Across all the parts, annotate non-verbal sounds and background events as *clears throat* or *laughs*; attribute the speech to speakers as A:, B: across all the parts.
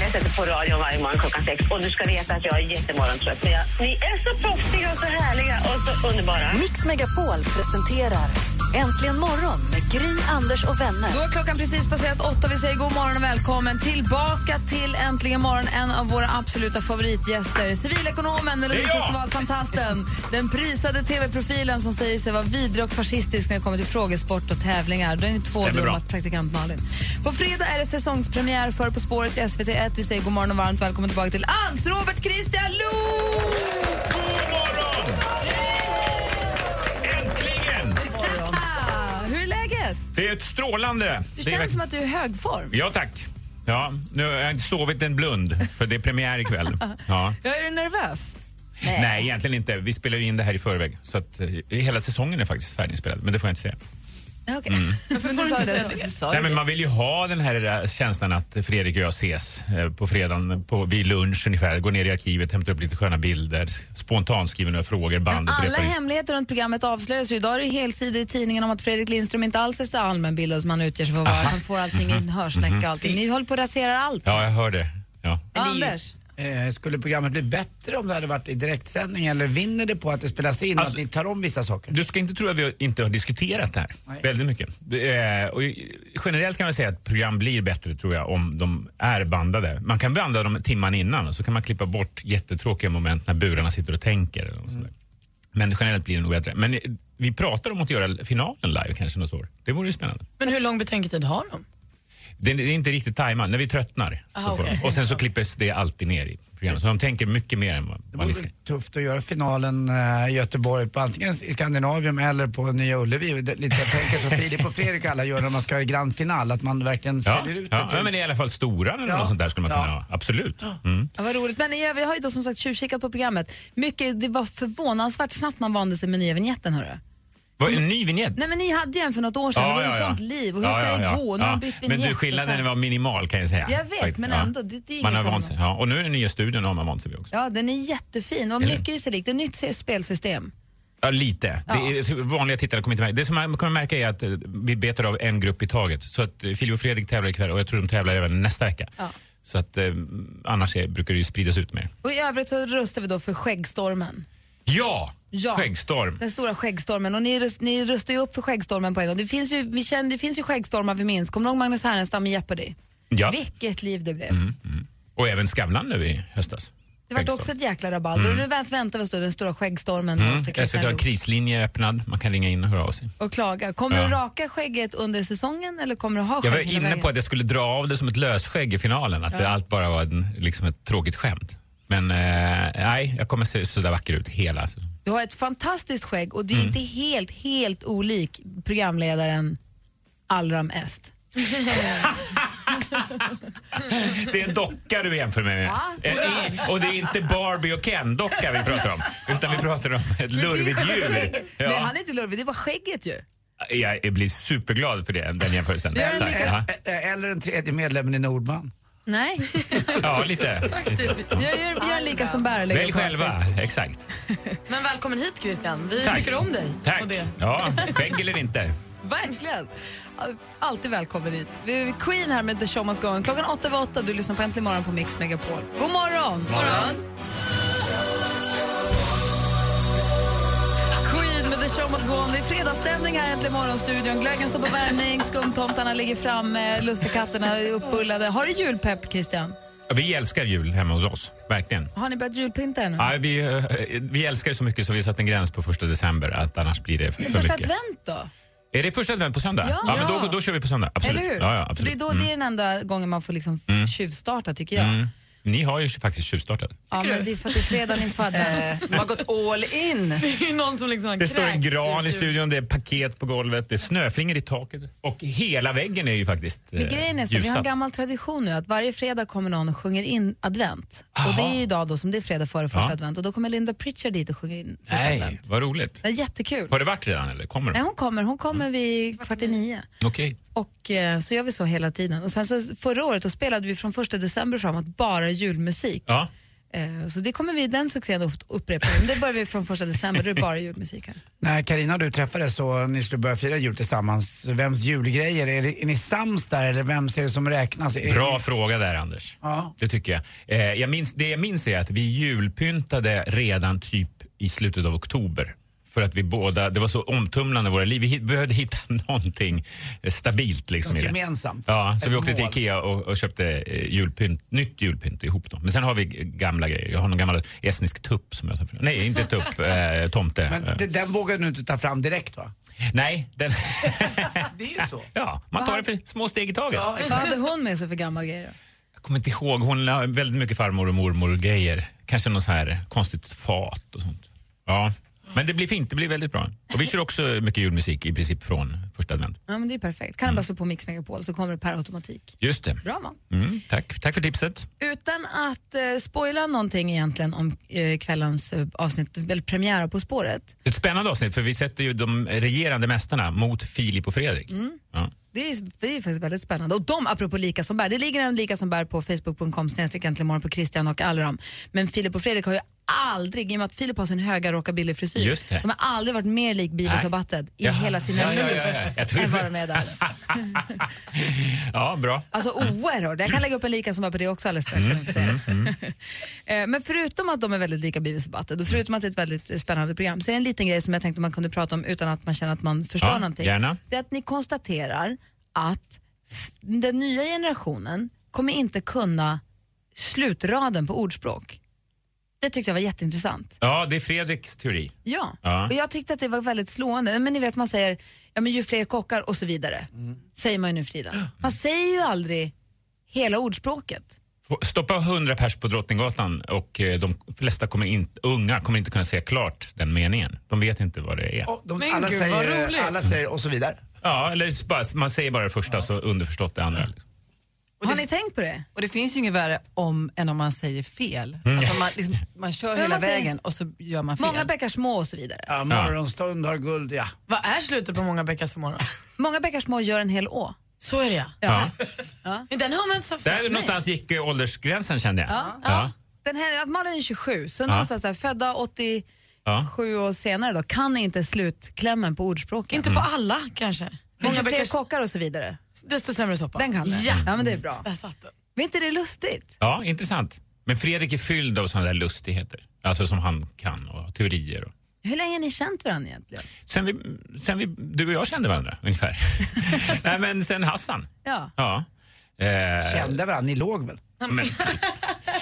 A: Jag sätter på radion varje morgon klockan sex och du ska veta att jag är jättemorgontrött. Men jag, ni är så proffsiga och så härliga och så underbara.
B: Mix Megapol presenterar Äntligen morgon med Gry, Anders och vänner.
C: Då är klockan precis passerat åtta. Vi säger god morgon och välkommen tillbaka till Äntligen morgon. En av våra absoluta favoritgäster. Civilekonomen, Melodifestivalfantasten. Den prisade tv-profilen som säger sig vara vidrig och fascistisk när det kommer till frågesport och tävlingar. Då är ni två dumma praktikant Malin. På fredag är det säsongspremiär för På spåret i SVT1. Vi säger god morgon och varmt välkommen tillbaka till Ans-Robert Christian Lok!
D: God morgon! Äntligen!
C: Hur är läget?
D: Det är ett strålande...
C: Du
D: det är...
C: känns som att du är i högform.
D: Ja, tack. Ja, nu har jag inte sovit en blund, för det är premiär
C: *laughs*
D: ikväll. Ja.
C: Ja, är du nervös?
D: Nej. egentligen inte. Vi spelar ju in det här i förväg. Så att, eh, hela säsongen är faktiskt färdiginspelad, men det får jag inte säga.
C: Okej.
D: Mm.
C: *laughs* Varför får du inte säga det?
D: Nej, men man vill ju ha den här eh, känslan att Fredrik och jag ses eh, på fredagen på, vid lunch ungefär. Går ner i arkivet, hämtar upp lite sköna bilder, spontanskriver några frågor, bandet
C: Alla
D: repar-
C: hemligheter runt programmet avslöjas ju. Idag är det helsidor i tidningen om att Fredrik Lindström inte alls är så allmänbildad som han utger sig för att vara. Han får allting i en hörsnäcka och allting. Ni håller på att rasera allt.
D: Mhm. Ja, jag hör det. Ja.
C: Anders,
E: Eh, skulle programmet bli bättre om det hade varit i direktsändning eller vinner det på att det spelas in
D: Alltså-
E: och att ni tar om vissa saker?
D: Du ska inte tro att vi inte har diskuterat det här
E: Nej.
D: väldigt mycket. Det är- Och i- generellt kan man säga att program blir bättre tror jag om de är bandade. Man kan banda dem timman innan och så kan man klippa bort jättetråkiga moment när burarna sitter och tänker. Eller något sånt där. Men generellt blir det nog bättre. Men eh, vi pratar om att göra finalen live kanske något år. Det vore ju spännande.
F: Men hur lång betänketid har de?
C: Mm.
D: Det, det är inte riktigt tajmat. När vi tröttnar så får
F: okej.
D: de. Och sen så klipps det alltid ner i programmet. Så de tänker mycket mer än vad
E: Det
D: vad ni
E: vore
D: ska.
E: väl tufft att göra finalen eh, i Göteborg på antingen i Skandinavien eller på Nya Ullevi. Det- Lite, jag tänker så Filip och Fredrik och alla gör när man ska göra grand final, att man verkligen
D: Ja,
E: säljer ut
D: ja,
E: det. till-
D: men i alla fall stora eller
E: Ja.
D: något sånt där skulle man kunna
E: Ja.
D: ha. Absolut. Mm.
C: ja, vad roligt. Men ja, vi har ju då som sagt tjuvkikat på programmet. Mycket, det var förvånansvärt snabbt man vande sig med nya vignetten. Hörru.
D: Vad, en ny vinjett?
C: Nej men ni hade ju en för något år sedan, det var ju sånt liv och hur
D: Ja,
C: ska
D: ja,
C: det
D: ja.
C: gå? Nu har de bytt
D: Men
C: vignett
D: du,
C: och
D: skillnaden
C: så.
D: var minimal kan jag säga.
C: Jag vet,
D: Faktiskt.
C: men
D: Ja.
C: ändå, det- det är ju
D: Man har
C: ingen som-
D: vant sig. Ja. Och nu är den nya studion har man vant sig vid också. Ja,
C: Ja, den är jättefin och
D: Eller?
C: mycket i sig likt. Ett nytt spelsystem.
D: lite.
C: Ja.
D: Det är, typ, vanliga tittare kommer inte märka. Det som man kommer märka är att eh, vi betar av en grupp i taget. Så att eh, Filip och Fredrik tävlar ikväll och jag tror de tävlar även nästa vecka.
C: Ja.
D: Så att eh, annars är, brukar det ju spridas ut mer.
C: Och i övrigt så röstar vi då för skäggstormen.
D: Ja!
C: Ja.
D: Skäggstorm.
C: Den stora skäggstormen. Och ni, röst- ni röstar ju upp för skäggstormen på en gång. Det finns ju, vi kände, det finns ju skäggstormar vi minns. Kommer du ihåg Magnus Härenstam i Jeopardy?
D: Ja.
C: Vilket liv det blev.
D: Och även Skavlan nu i höstas.
C: Det var
D: Skäggstorm. Mm.
C: också ett jäkla rabalder. Och nu vä- väntar vi oss då den stora skäggstormen. mot Christian
D: SVT har
C: Lok.
D: krislinje öppnad. Man kan ringa in och höra av sig.
C: och klaga. Kommer
D: Ja.
C: du raka skägget under säsongen eller kommer du ha
D: Jag
C: skägg
D: var
C: hela
D: inne
C: vägen?
D: på att jag skulle dra av det som ett lösskägg i finalen, att det allt bara var en, liksom ett tråkigt skämt. Men eh, nej, jag kommer se sådär vacker ut hela.
C: Du har ett fantastiskt skägg och du är
D: Mm.
C: inte helt, helt olik programledaren Allram Est.
D: Det är en docka du jämför mig med. Eh, i- Och det är inte Barbie och Ken-docka vi pratar om, utan vi pratar om ett lurvigt djur.
C: Nej,
D: Ja,
C: han är inte lurvig, det var skägget ju.
D: jag blir superglad för det, den jämförelsen.
C: Det är
D: Tack.
C: lika-
D: Ja,
E: Eh, eh, Eller den tredje medlemmen i Nordman.
C: Nej,
D: Ja, lite.
C: jag gör, gör lika som Berra lägger
D: Välj
C: på Facebook.
D: själva, exakt.
F: Men välkommen hit Christian. Vi
D: Tack.
F: tycker om dig.
D: Tack.
F: Och det.
D: Ja, skägg eller inte.
C: Verkligen. Alltid välkommen hit. Vi är Queen här med The Show Must Go On. Klockan åtta var åtta. Du lyssnar på Äntligen Morgon på Mix Megapol. God morgon! Queen med The Show Must Go On. Det är fredagsstämning här i Äntligen Morgon-studion. Glöggen står på
D: *laughs*
C: värmning, skumtomtarna ligger framme, lussekatterna är uppbullade. Har du julpepp, Christian?
D: Vi älskar jul hemma hos oss, verkligen.
C: Har ni börjat julpynta ännu?
D: Ja, vi, eh, vi älskar det så mycket så vi har satt en gräns på första december att annars blir det för
C: Det är första
D: mycket.
C: advent då?
D: Är det första advent på söndag?
C: Ja.
D: men då, då kör vi på söndag. Absolut. Mm.
C: Eller hur?
D: Ja, ja,
C: För det,
D: absolut. Mm.
C: är då, det är den enda gången man får liksom tjuvstarta tycker jag.
D: Ni har ju faktiskt tjuvstartat.
C: Ja, men det är för att det är fredag
D: *laughs*
C: din fadder.
G: De har gått all
C: *laughs*
G: in.
F: Det är ju någon som liksom har
D: Det står en
F: kräkts
D: gran i
F: ut ur-
D: studion, det är paket på golvet, det är snöflingor i taket och hela väggen är ju faktiskt eh,
C: Men grejen är så, vi har en
D: ljussatt.
C: gammal tradition nu att varje fredag kommer någon och sjunger in advent. Och det är ju idag då som det är fredag före första
D: Ja. Äh.
C: advent och då kommer Linda Pritchard dit och sjunger in första
D: Nej,
C: advent.
D: vad roligt.
C: Det är jättekul.
D: Har det varit redan eller kommer
C: Nej,
D: de?
C: hon kommer, hon
D: Mm.
C: kommer vid kvart i nio.
D: Okej.
C: Och eh, så gör vi så hela tiden. Och sen så förra året då spelade vi från första december framåt bara julmusik.
D: Ja.
C: Eh, så det kommer vi, den succén att upprepa. Men det börjar vi från första december, då är det bara julmusik här.
E: När Karina och du träffades så ni skulle börja fira jul tillsammans, vems julgrejer? Är, det, är ni sams där eller vem är det som räknas? Är-
D: Bra fråga där Anders.
E: Ja.
D: Det tycker jag. Eh, jag minns, det jag minns är att vi julpyntade redan typ i slutet av oktober. För att vi båda, det var så omtumlande i våra liv. Vi hit, behövde hitta *laughs* någonting eh, stabilt. Liksom,
E: Något
D: i det.
E: gemensamt.
D: Ja, så
E: Ett
D: vi åkte till
E: mål.
D: Ikea och, och köpte eh, julpynt, nytt julpynt ihop. Då. Men sen har vi g- gamla grejer. Jag har någon gammal estnisk tupp som jag tar fram. Nej, inte
E: *laughs*
D: tupp, eh, tomte.
E: Men det, den vågar du inte ta fram direkt va?
D: Eh, Nej, den...
E: *laughs* Det är ju så.
D: *laughs* ja, man tar det för små steg i taget.
C: Vad hade hon med sig för gamla grejer då?
D: Jag kommer inte ihåg. Hon har väldigt mycket farmor och mormor och grejer. Kanske något så här konstigt fat och sånt. Ja, men det blir fint. Det blir väldigt bra. Och vi kör också mycket julmusik i princip från första advent.
C: Ja men det är perfekt. Kan jag bara slå på Mix Megapol så kommer det per automatik.
D: Just det.
C: Bra man.
D: Mm, tack. tack för tipset.
C: Utan att eh, spoila någonting egentligen om eh, kvällens eh, avsnitt, eller premiär av På spåret.
D: Ett spännande avsnitt för vi sätter ju de regerande mästarna mot Filip och Fredrik.
C: Mm.
D: Ja.
C: Det är, ju- det är ju faktiskt väldigt spännande. Och de, apropå lika som bär, det ligger en lika som bär på facebook.com snedstreck äntligen morgon på Christian och Allram. Men Filip och Fredrik har ju aldrig, i och med att Filip har sin höga rockabillyfrisyr,
D: Just det.
C: de har aldrig varit mer lik Beavis
D: Nej.
C: och Butthead i
D: Ja.
C: hela sina
D: Ja,
C: liv
D: ja, ja, ja. Jag tror-
C: än vad de är där.
D: *laughs* ja, bra.
C: Alltså oerhört. Jag kan lägga upp en lika som är på det också alldeles strax.
D: Mm,
C: om vi säger. *laughs* Eh, Men förutom att de är väldigt lika Beavis och Butthead och förutom att det är ett väldigt eh, spännande program så är det en liten grej som jag tänkte man kunde prata om utan att man känner att man förstår
D: Ja,
C: någonting.
D: gärna.
C: Det är att ni konstaterar att f- den nya generationen kommer inte kunna slutraden på ordspråk. Det tyckte jag var jätteintressant.
D: Ja, det är Fredriks teori.
C: Ja.
D: Ja.
C: och jag tyckte att det var väldigt slående. Men ni vet man säger, ja men ju fler kockar och så vidare. Säger man ju nu för
F: Mm.
C: tiden. Man säger ju aldrig hela ordspråket.
D: Stoppa 100 pers på Drottninggatan och eh, de flesta kommer in, unga kommer inte kunna säga klart den meningen. De vet inte vad det är.
E: Och de,
F: Men
E: alla,
F: gud, vad roligt.
E: säger, alla säger och så vidare.
D: Ja, eller bara, man säger bara det första så underförstått det andra. liksom.
C: Har ni tänkt på det?
G: Och det finns ju inget värre om, än om man säger fel.
H: Mm.
G: Alltså man, liksom, man kör
C: Men
G: hela
C: man säger-
G: vägen och så gör man fel.
C: Många bäckar små och så vidare.
E: Ja, morgonstund har guld ja.
F: Vad är slutet på många bäckar små då?
C: Många bäckar små gör en hel å.
F: Så är det ja.
D: Ja.
F: Men den hör man inte så ofta.
D: Där någonstans gick eh, åldersgränsen kände jag. Ja. Ja.
C: Den här, Malin är 27, så någonstans där, födda 87 och senare då, kan inte slutklämmen på ordspråken.
F: Inte på alla kanske.
C: Många fler
F: bäckar-
C: kockar och så vidare.
F: Desto sämre soppa.
C: Den kan det.
F: Ja,
C: ja men det är bra.
F: där satt den.
C: Men inte det är lustigt?
D: ja, intressant. Men Fredrik är fylld av sådana där lustigheter. Alltså som han kan och teorier. Och.
C: Hur länge har ni känt varandra egentligen?
D: Sen, vi, sen vi, du och jag kände varandra ungefär. *laughs* Nej, men sen Hassan.
C: Ja,
D: Ja. Eh,
E: Kände varandra, ni låg väl?
D: men,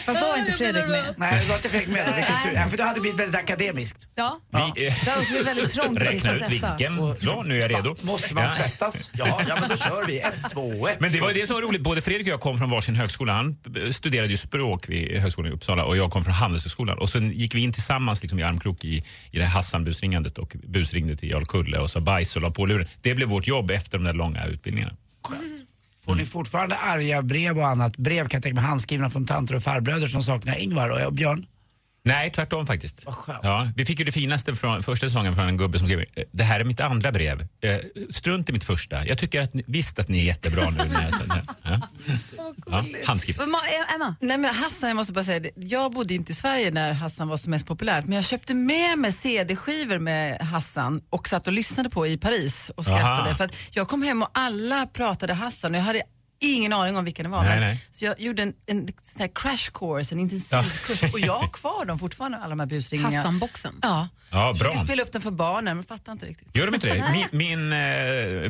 C: fast då var inte Fredrik med.
E: Nej, det var inte Fredrik med. Vilken tur. Ja, För då hade det blivit väldigt akademiskt.
C: Ja.
D: vi, eh,
C: Där var det väldigt trångt på
D: räkna
C: vissa
D: ut
C: sätt. va?
D: vinkeln. Så, nu är jag redo.
E: Måste man
D: Ja.
E: svettas? Ja, ja, men då kör vi. Ett, två, ett.
D: Men det var ju det som var roligt. Både Fredrik och jag kom från varsin högskola. Han eh, studerade ju språk vid Högskolan i Uppsala och jag kom från Handelshögskolan. Och sen gick vi in tillsammans liksom, i armkrok i, i det här Hassan-busringandet och busringde till Jarl Kulle och sa bajs och la på luren. Det blev vårt jobb efter de där långa utbildningarna.
E: Får ni fortfarande arga brev och annat? Brev kan jag tänka mig handskrivna från tanter och farbröder som saknar Ingvar och jag och Björn.
D: Nej, tvärtom faktiskt.
E: Vad skönt.
D: Ja, vi fick ju det finaste från första säsongen från en gubbe som skrev eh, det här är mitt andra brev. Eh, Strunt i mitt första. Jag tycker att ni, visst att ni är jättebra nu. När jag, sen,
E: *laughs*
D: ja. Ja, handskrivet.
C: Men Ma- eh, Emma,
G: Nej men Hassan, jag måste bara säga det. Jag bodde inte i Sverige när Hassan var som mest populärt men jag köpte med mig CD-skivor med Hassan och satt och lyssnade på i Paris och skrattade.
D: Aha.
G: För att jag kom hem och alla pratade Hassan och jag hade ingen aning om vilken det var.
D: Nej,
G: Men-
D: nej.
G: Så jag gjorde en, en sån här crash course, en intensivkurs och jag har kvar dem fortfarande, alla de här busringningarna.
C: Hassan-boxen.
G: Ja.
D: Ja, bra.
G: Försöker spela upp den för barnen men fattar inte riktigt.
D: Gör de inte det? Min, min eh,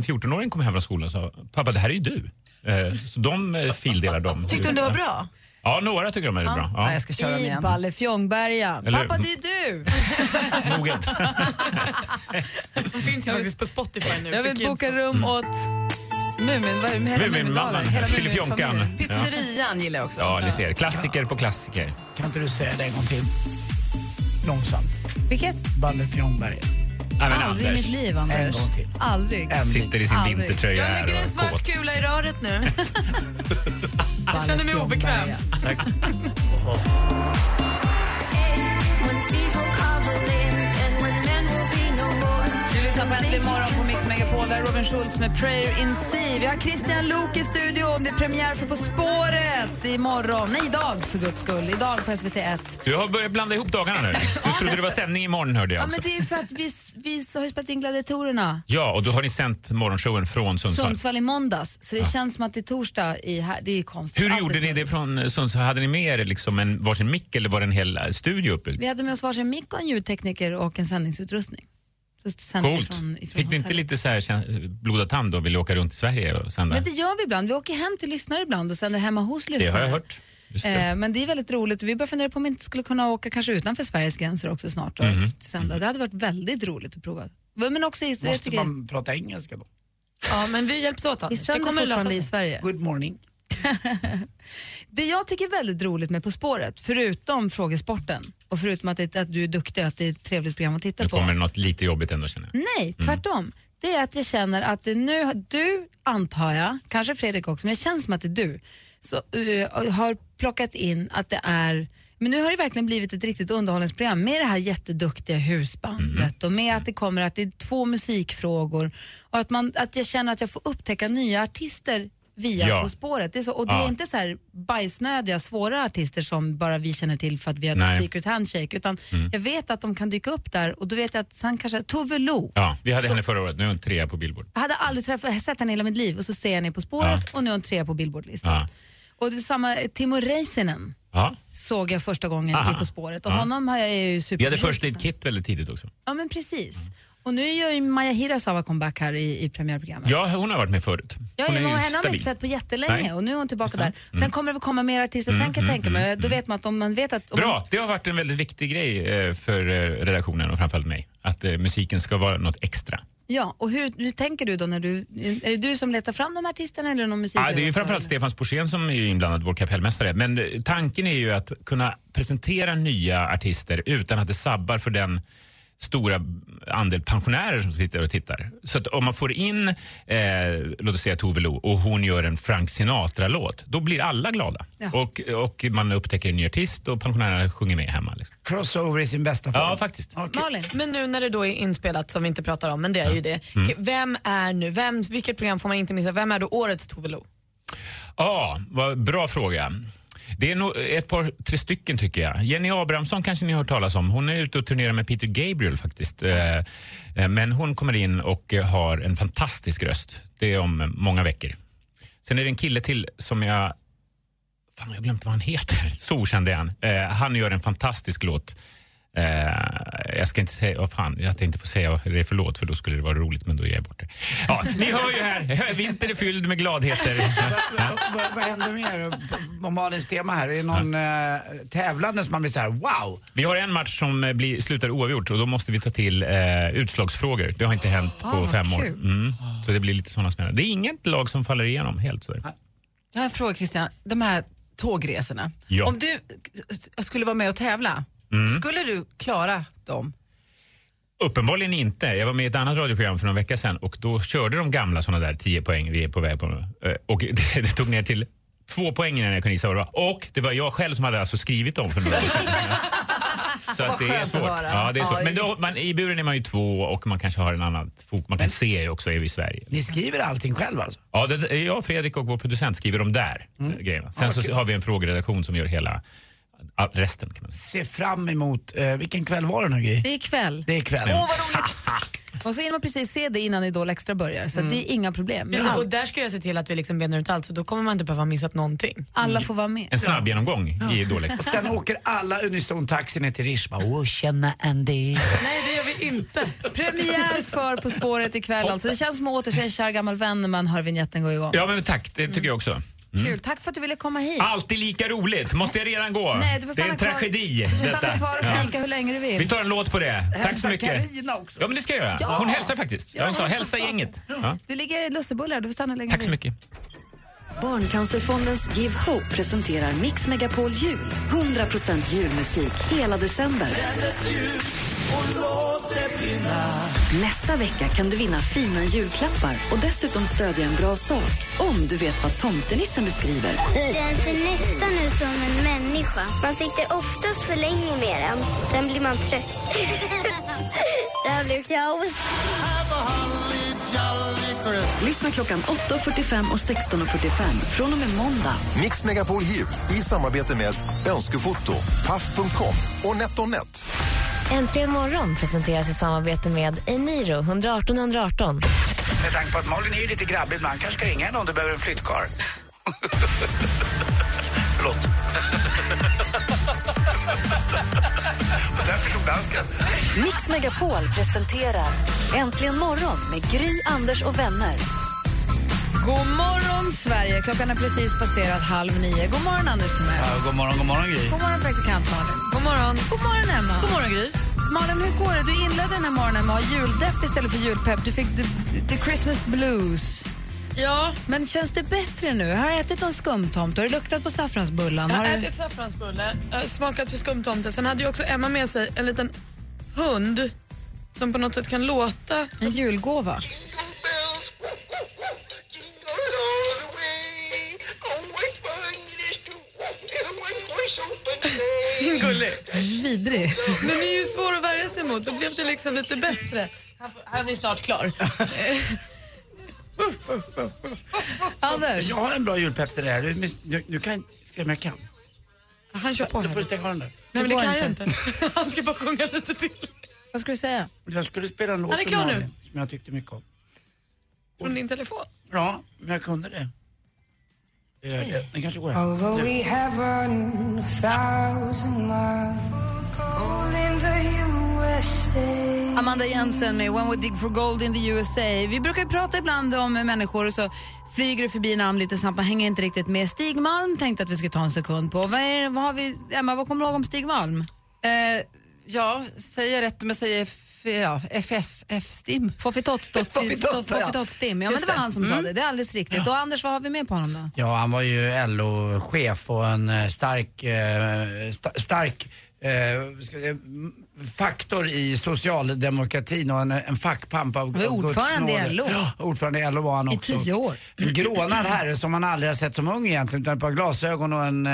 D: 14-åring kom hem från skolan och sa pappa det här är ju du. Eh, så de eh, fildelar dem.
G: Tyckte hon det var bra?
D: Ja, några tycker de är bra.
G: Nej,
D: Ja,
G: jag ska köra dem
C: I
G: igen.
C: Balle Fjångberga.
D: Eller-
C: Pappa, det är du!
D: moget.
F: Den finns ju faktiskt på Spotify nu
C: Jag
F: för
C: vill
F: kidsen.
C: boka rum åt... Mumin, vad är det? Hela
D: Muminmamman,
C: Mumindalen, hela
D: Filifjonkan.
C: Muminfamiljen.
F: Pizzerian gillar jag också.
D: Ja, ni ser. Klassiker på klassiker.
E: Kan inte du säga det en gång till? Långsamt.
C: Vilket?
E: Balle Fjongberg.
D: Nej, men
C: Aldrig i
D: Anders
C: mitt liv, Anders.
E: En gång till.
C: Aldrig.
E: En.
D: sitter i sin
C: Aldrig.
D: vintertröja
F: Jag
D: här och
F: lägger en
D: är
F: svart
D: kåt.
F: kula i röret nu.
E: Jag
F: känner mig obekväm.
C: Du lyssnar på Äntligen morgon på Mix Megapol. Där är Robin Schultz med Prayer in Sea. Vi har Christian Luuk i studion. Det är premiär för På spåret imorgon. Nej, idag för guds skull. Idag på SVT1.
D: Du har börjat blanda ihop dagarna nu. Du trodde det var sändning imorgon hörde jag
C: Ja, men
D: också.
C: det är för att vi, vi har ju spelat in Gladiatorerna.
D: Ja, och då har ni sänt morgonshowen från Sundsvall.
C: Sundsvall i måndags, så det känns som att det är torsdag i här. Det är konstigt.
D: Hur
C: Allt är
D: gjorde ni
C: så-
D: det från Sundsvall? Hade ni med er liksom en varsin mick eller var det en hel eh, studio uppbyggd?
C: Vi hade med oss varsin mick och en ljudtekniker och en sändningsutrustning. Så sände vi
D: Coolt.
C: från- ifrån
D: Fick ni inte
C: hotellet.
D: lite så här kän- blodad tand då och ville åka runt i Sverige och sända?
C: Men det gör vi ibland. Vi åker hem till lyssnare ibland och sänder hemma hos
D: Det
C: lyssnare.
D: har jag hört. Just det.
C: Eh, men det är väldigt roligt. Vi börjar fundera på om vi inte skulle kunna åka kanske utanför Sveriges gränser också snart och
D: Mhm.
C: sända. Det hade varit väldigt roligt att prova. Men också i, jag
E: Måste
C: tycker,
E: man prata engelska då?
F: Ja, men vi hjälps åt.
C: vi
F: Anders. Det
C: sänder
F: kommer lösa
C: fortfarande i
F: sig.
C: Sverige.
E: Good morning.
C: Det jag tycker är väldigt roligt med På spåret, förutom frågesporten och förutom att, det, att du är duktig och att det är ett trevligt program att titta
D: Nu
C: på.
D: kommer det något lite jobbigt ändå känner jag.
C: Nej, tvärtom. Det är att jag känner att det nu, har- du antar jag, kanske Fredrik också, men det känns som att det är du, så, eh, har plockat in att det är men nu har det verkligen blivit ett riktigt underhållningsprogram med det här jätteduktiga husbandet
D: Mm.
C: och med att det kommer att det är två musikfrågor och att, man, att jag känner att jag får upptäcka nya artister via
D: Ja.
C: På spåret. Det är så, och det
D: Ja.
C: är inte så här bajsnödiga, svåra artister som bara vi känner till för att vi har
D: Nej.
C: ett secret handshake utan
D: Mm.
C: jag vet att de kan dyka upp där och då vet jag att sen kanske Tove Lo
D: Ja, vi hade henne förra året. Nu är hon trea på Billboard.
C: jag hade aldrig träffat, sett henne i hela mitt liv och så ser jag henne På spåret och nu är hon trea på Billboardlistan.
D: Ja.
C: Och det är samma eh, Timo Räisänen
D: Ja.
C: såg jag första gången
D: Aha.
C: i På spåret och
D: Ja.
C: honom har jag ju super.
D: Vi hade First Aid Kit väldigt tidigt också.
C: Ja men precis. Och nu gör ju Maja Hirasawa comeback här i, i premiärprogrammet.
D: Ja, hon har varit med förut.
C: Ja,
D: Hon
C: men
D: är ju
C: henne har man inte
D: stabil.
C: sett på jättelänge
D: Nej.
C: och nu är hon tillbaka
D: Det Mm. är
C: där.
D: sant.
C: Sen kommer det väl komma mer artister, sen kan jag tänka mig. Då vet man att om man vet att... Om
D: mm, Bra, det har varit en väldigt viktig grej eh, för eh, redaktionen och framförallt mig. Att eh, musiken ska vara något extra.
C: Ja, och hur, hur tänker du då när du... Är det du som letar fram de här artisterna eller är det någon musik?
D: Ja, det är ju framförallt Stefan Sporsén som är ju inblandad, vår kapellmästare. Men eh, tanken är ju att kunna presentera nya artister utan att det sabbar för den stora andel pensionärer som sitter och tittar. Så att om man får in, eh, låt oss säga Tove Lo och hon gör en Frank Sinatra-låt, då blir alla glada.
C: Ja.
D: Och, och man upptäcker en ny artist och pensionärerna sjunger med hemma. Liksom.
E: Crossover i sin bästa form.
D: Ja, faktiskt.
E: Okej.
C: Malin?
F: Men nu när det då är inspelat, som vi inte pratar om, men det är ju det.
D: Mm.
F: Vem är nu, vem, vilket program får man inte missa? Vem är då årets Tove Lo?
D: Ja, vad bra fråga. Det är nog ett par, tre stycken tycker jag. Jenny Abrahamsson kanske ni har hört talas om. Hon är ute och turnerar med Peter Gabriel faktiskt. Eh, eh, Men hon kommer in och eh, har en fantastisk röst. Det är om eh, många veckor. Sen är det en kille till som jag... Fan, jag har glömt vad han heter. *laughs* Så okänd är han. Eh, Han gör en fantastisk låt. Eh, jag ska inte säga, oh fan, jag tänkte få säga vad det är för låt för då skulle det vara roligt men då ger jag bort det. Ja, ni hör ju här, *laughs* vintern är fylld med gladheter.
E: Vad- vad- Vad händer mer på- på Malins tema här? Är det någon eh, tävlande som man blir så här: wow?
D: Vi har en match som eh, blir, slutar oavgjort och då måste vi ta till eh, utslagsfrågor. Det har inte hänt på
C: vad
D: fem år.
C: kul.
D: Mm. Så det blir lite sådana smällar. Det är inget lag som faller igenom helt. Så.
G: Jag har en fråga Christian, de här tågresorna.
D: Ja. Mm.
G: Om du s- skulle vara med och tävla, skulle du klara dem?
D: Uppenbarligen inte. Jag var med i ett annat radioprogram för någon vecka sedan och då körde de gamla sådana där 10 poäng vi är på väg på nu. Eh, Och det, *laughs* det tog ner till två poäng innan jag kunde gissa vad det var. Och det var jag själv som hade alltså skrivit dem för några år sedan. Så att det är
F: skönt att
D: svårt.
F: höra.
D: Ja, det är svårt.
C: Ja,
D: Men då, man, i buren är man ju två och man kanske har en annan fok. Man kan se ju också, är vi i Sverige?
E: Ni skriver allting själv alltså?
D: Ja, det, jag, Fredrik och vår producent skriver de där
C: Mm.
D: eh,
C: Ah,
D: grejerna. Sen så har vi en frågeredaktion som gör hela all- resten. Kan man säga.
E: Se fram emot, eh, vilken kväll var det nu Gry?
C: Det är ikväll.
E: Det är kväll.
C: Och så hinner man precis se det innan Idol Extra börjar,
G: Mm.
C: så att det är inga problem. Men
F: Precis,
C: all,
F: och där ska jag se till att vi liksom benar ut allt, så då kommer man inte behöva ha missat någonting.
C: alla får vara med.
D: En snabb genomgång i
C: *laughs*
D: dålig
E: Och sen åker alla unison taxi ner till Rish. Bara, Åh, känna Andy.
F: Nej, det gör vi inte.
C: Premiär för På spåret ikväll alltså. Det känns som att återse en kär gammal vän när man hör vignetten gå igång. Mm.
D: Ja, men tack. Det tycker jag också.
C: Kul. Tack för att du ville komma hit.
D: Alltid lika roligt. Måste jag redan gå?
C: Nej, du får
D: Ah, det är en
C: stanna kvar.
D: tragedi.
C: Du får stanna
D: detta.
C: kvar och
D: Ja.
C: fika hur länge du vill.
D: Vi tar en låt på det. Tack så mycket.
E: Carina också.
D: Ja, men det ska jag göra.
C: Ja.
D: Hon hälsar faktiskt.
C: Ja,
D: Jag sa
C: hon
D: hälsa
C: hälsar.
D: gänget. Ja.
C: Det ligger lussebullar. Du får stanna länge
D: Tack
C: du
D: så
C: vill.
D: mycket.
B: Barncancerfondens Give Hope presenterar Mix Megapol Jul. 100% julmusik hela december. Nästa vecka kan du vinna fina julklappar och dessutom stödja en bra sak om du vet vad tomtenissen beskriver.
A: Den ser nästan ut som en människa. Man sitter oftast för länge med den. Sen blir man trött. det här blev kaos.
B: Lyssna klockan 8.45 och 16.45 från och med måndag.
I: Mix Megapol Hue i samarbete med Önskefoto, Paff.com och NetOnNet.
A: Äntligen morgon presenteras i samarbete med Eniro 118 118.
E: Med tanke på att Malin är ju lite grabbig, man kanske ska ringa henne om du behöver en flyttkarl. *laughs* Förlåt. Där förstod dansken.
B: Mix Megapol presenterar Äntligen morgon med Gry, Anders och vänner.
C: God morgon, Sverige. Klockan är precis passerat halv nio. God morgon, Anders Timell.
E: Ja, god morgon, god morgon Gry.
C: God morgon, praktikant Malin. God morgon. God morgon, Emma. God morgon, Gry. Malin, hur går det? Du inledde den här morgonen med att ha juldepp istället för julpepp. Du fick the, the Christmas blues.
F: Ja,
C: Men känns det bättre nu? Har du ätit någon skumtomt? Har du luktat på saffransbullan?
F: jag
C: Har
F: har
C: du...
F: ätit saffransbulle, jag har smakat på skumtomte. Sen hade ju också Emma med sig en liten hund som på något sätt kan låta.
C: En julgåva?
F: Gullig.
C: Vidrig.
F: Den är ju svår att värja sig mot. Då blev det liksom lite bättre. Han, får- han är ju snart klar.
C: Anders,
E: Jag har en bra julpepp till dig här. Du, miss- du, du kan se om jag kan.
F: Han kör på
E: Du
F: här.
E: får stänga av den där.
F: Nej men
C: Det
F: det
C: går
F: kan jag inte. Han ska bara sjunga lite till.
C: vad ska du säga?
E: Jag skulle spela en låt
F: Han är
E: för
F: klar nu.
E: Malin som jag tyckte mycket om.
F: Från din telefon.
E: Ja, men jag kunde det. Eh, eh, Den kanske går här.
C: Amanda Jensen med When We Dig For Gold In The USA. Vi brukar ju prata ibland om människor och så flyger det förbi namn lite snabbt. Man hänger inte riktigt med. Stig Malm tänkte att vi skulle ta en sekund på. Vad, är, vad har vi, Emma, vad kommer du ihåg om Stig Malm?
G: Eh, ja, säger jag rätt om jag säger F, ja, FFF-STIM? Foffitott, ja.
C: Foffitottstim. Ja, men det
G: Just
C: var
G: det. Mm.
C: han som sa det. Det är alldeles riktigt. Och Anders, vad har vi med på honom då?
E: Ja, han var ju LO-chef och en eh, stark, eh, sta stark eh, ska jag säga, m- faktor i socialdemokratin och en, en fackpamp av
C: var
E: av Guds
C: ordförande i
E: nåde.
C: LO.
E: Ja, ordförande i LO var han
C: I
E: också.
C: tio år.
E: En grånad herre som man aldrig har sett som ung egentligen utan ett par glasögon och en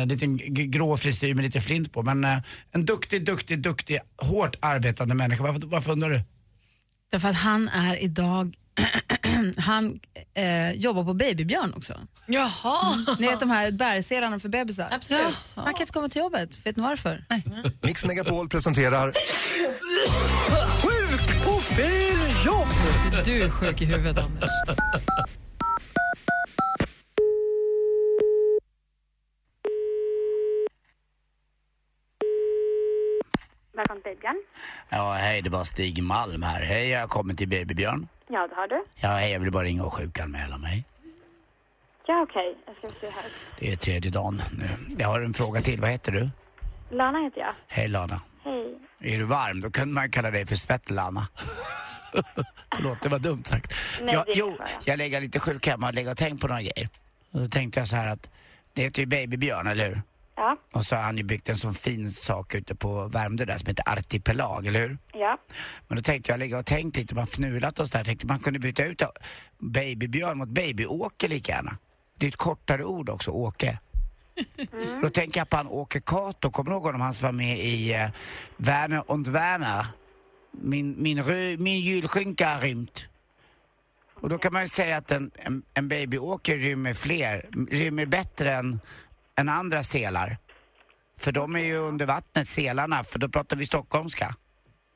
E: eh, liten g- grå frisyr med lite flint på. Men eh, en duktig, duktig, duktig, hårt arbetande människa. Varför, varför undrar du?
C: Därför att han är idag... *clears throat* han eh, jobbar på Babybjörn också. Mm.
F: Jaha.
C: Ni vet de här bärselarna för bebisar? Absolut. Ja. Han kan inte komma till jobbet. Vet ni varför? Mm.
I: Mix Megapol presenterar
H: Sjuk på fel jobb!
C: Du är sjuk i huvudet, Anders.
A: Välkommen till Bibeln.
E: Ja, hej, det var Stig Malm här. Hej, jag kommer till Babybjörn.
A: Ja, det har du.
E: Ja, hej, jag vill bara ringa och sjukanmäla mig.
A: Ja, okej. Jag ska se här.
E: Det är tredje dagen nu. Jag har en fråga till. Vad heter du?
A: Lana heter jag.
E: Hej Lana.
A: Hej.
E: Är du varm? Då kan man kalla dig för Svetlana. *laughs* Förlåt, det var dumt sagt.
A: Nej,
E: jag,
A: det är
E: jo,
A: bra.
E: jag lägger lite sjuk hemma och lägger och tänker på några grejer. Och då tänkte jag så här att det heter ju Babybjörn, eller hur?
A: Ja,
E: Och så har han ju byggt en sån fin sak ute på Värmdö där som heter Artipelag, eller hur?
A: ja.
E: Men då tänkte jag lägga och tänkt lite, man fnulat och sådär. Tänkte man kunde byta ut babybjörn mot babyåke lika gärna. Det är ett kortare ord också, åke. Då tänker jag på han Åke Cato, kommer du ihåg honom? Han som var med i eh, Werner und Werner. Min, min, rö, min julskinka har rymt. Och då kan man ju säga att en, en, en babyåker rymmer fler, rymmer bättre än, än andra selar. För de är ju under vattnet, selarna, för då pratar vi stockholmska.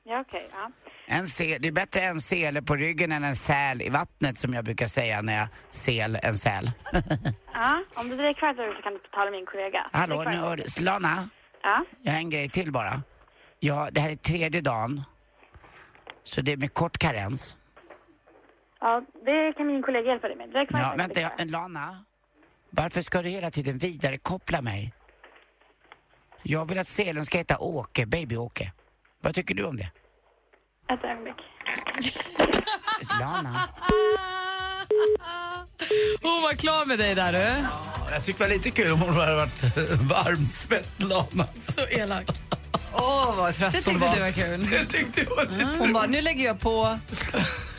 A: Ja, okej. ja.
E: En sel, det är bättre en sele på ryggen än en säl i vattnet som jag brukar säga när jag sel en säl.
A: *laughs* ja. Om du blir kvar där så kan du tala med min kollega.
E: Hallå,
A: Blir
E: nu
A: kvar.
E: hör du. Lana,
A: Ja,
E: jag har en grej till bara. Ja, det här är tredje dagen. Så det är med kort karens.
A: ja. Det kan min kollega hjälpa dig med. Du är kvar
E: Ja,
A: där,
E: vänta,
A: kollega.
E: jag, Lana. Varför ska du hela tiden vidarekoppla mig? Jag vill att selen ska heta Åke, Baby-Åke. Vad tycker du om det?
J: Ett ögonblick.
E: Lana.
C: Hon var klar med dig där du.
K: Jag tyckte det var lite kul om hon hade varit *laughs* varmsvett, Lana.
F: Så elak.
G: Åh, vad trött
C: Det
G: hon
C: tyckte
G: var.
C: du var kul.
K: Det tyckte jag
G: Hon bara, nu lägger jag på.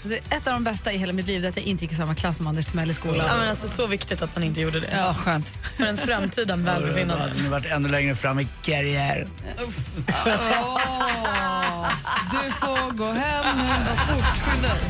C: Alltså, ett av de bästa i hela mitt liv är att jag inte gick i samma klass som Anders Timell i skolan.
F: Ja, men alltså, så viktigt att man inte gjorde det.
G: Ja, skönt.
F: För ens framtida
K: Hon
F: välbefinnande.
K: hade varit ännu längre fram i karriären.
C: Åh, du får gå hem nu. Vad fort. Skynda dig.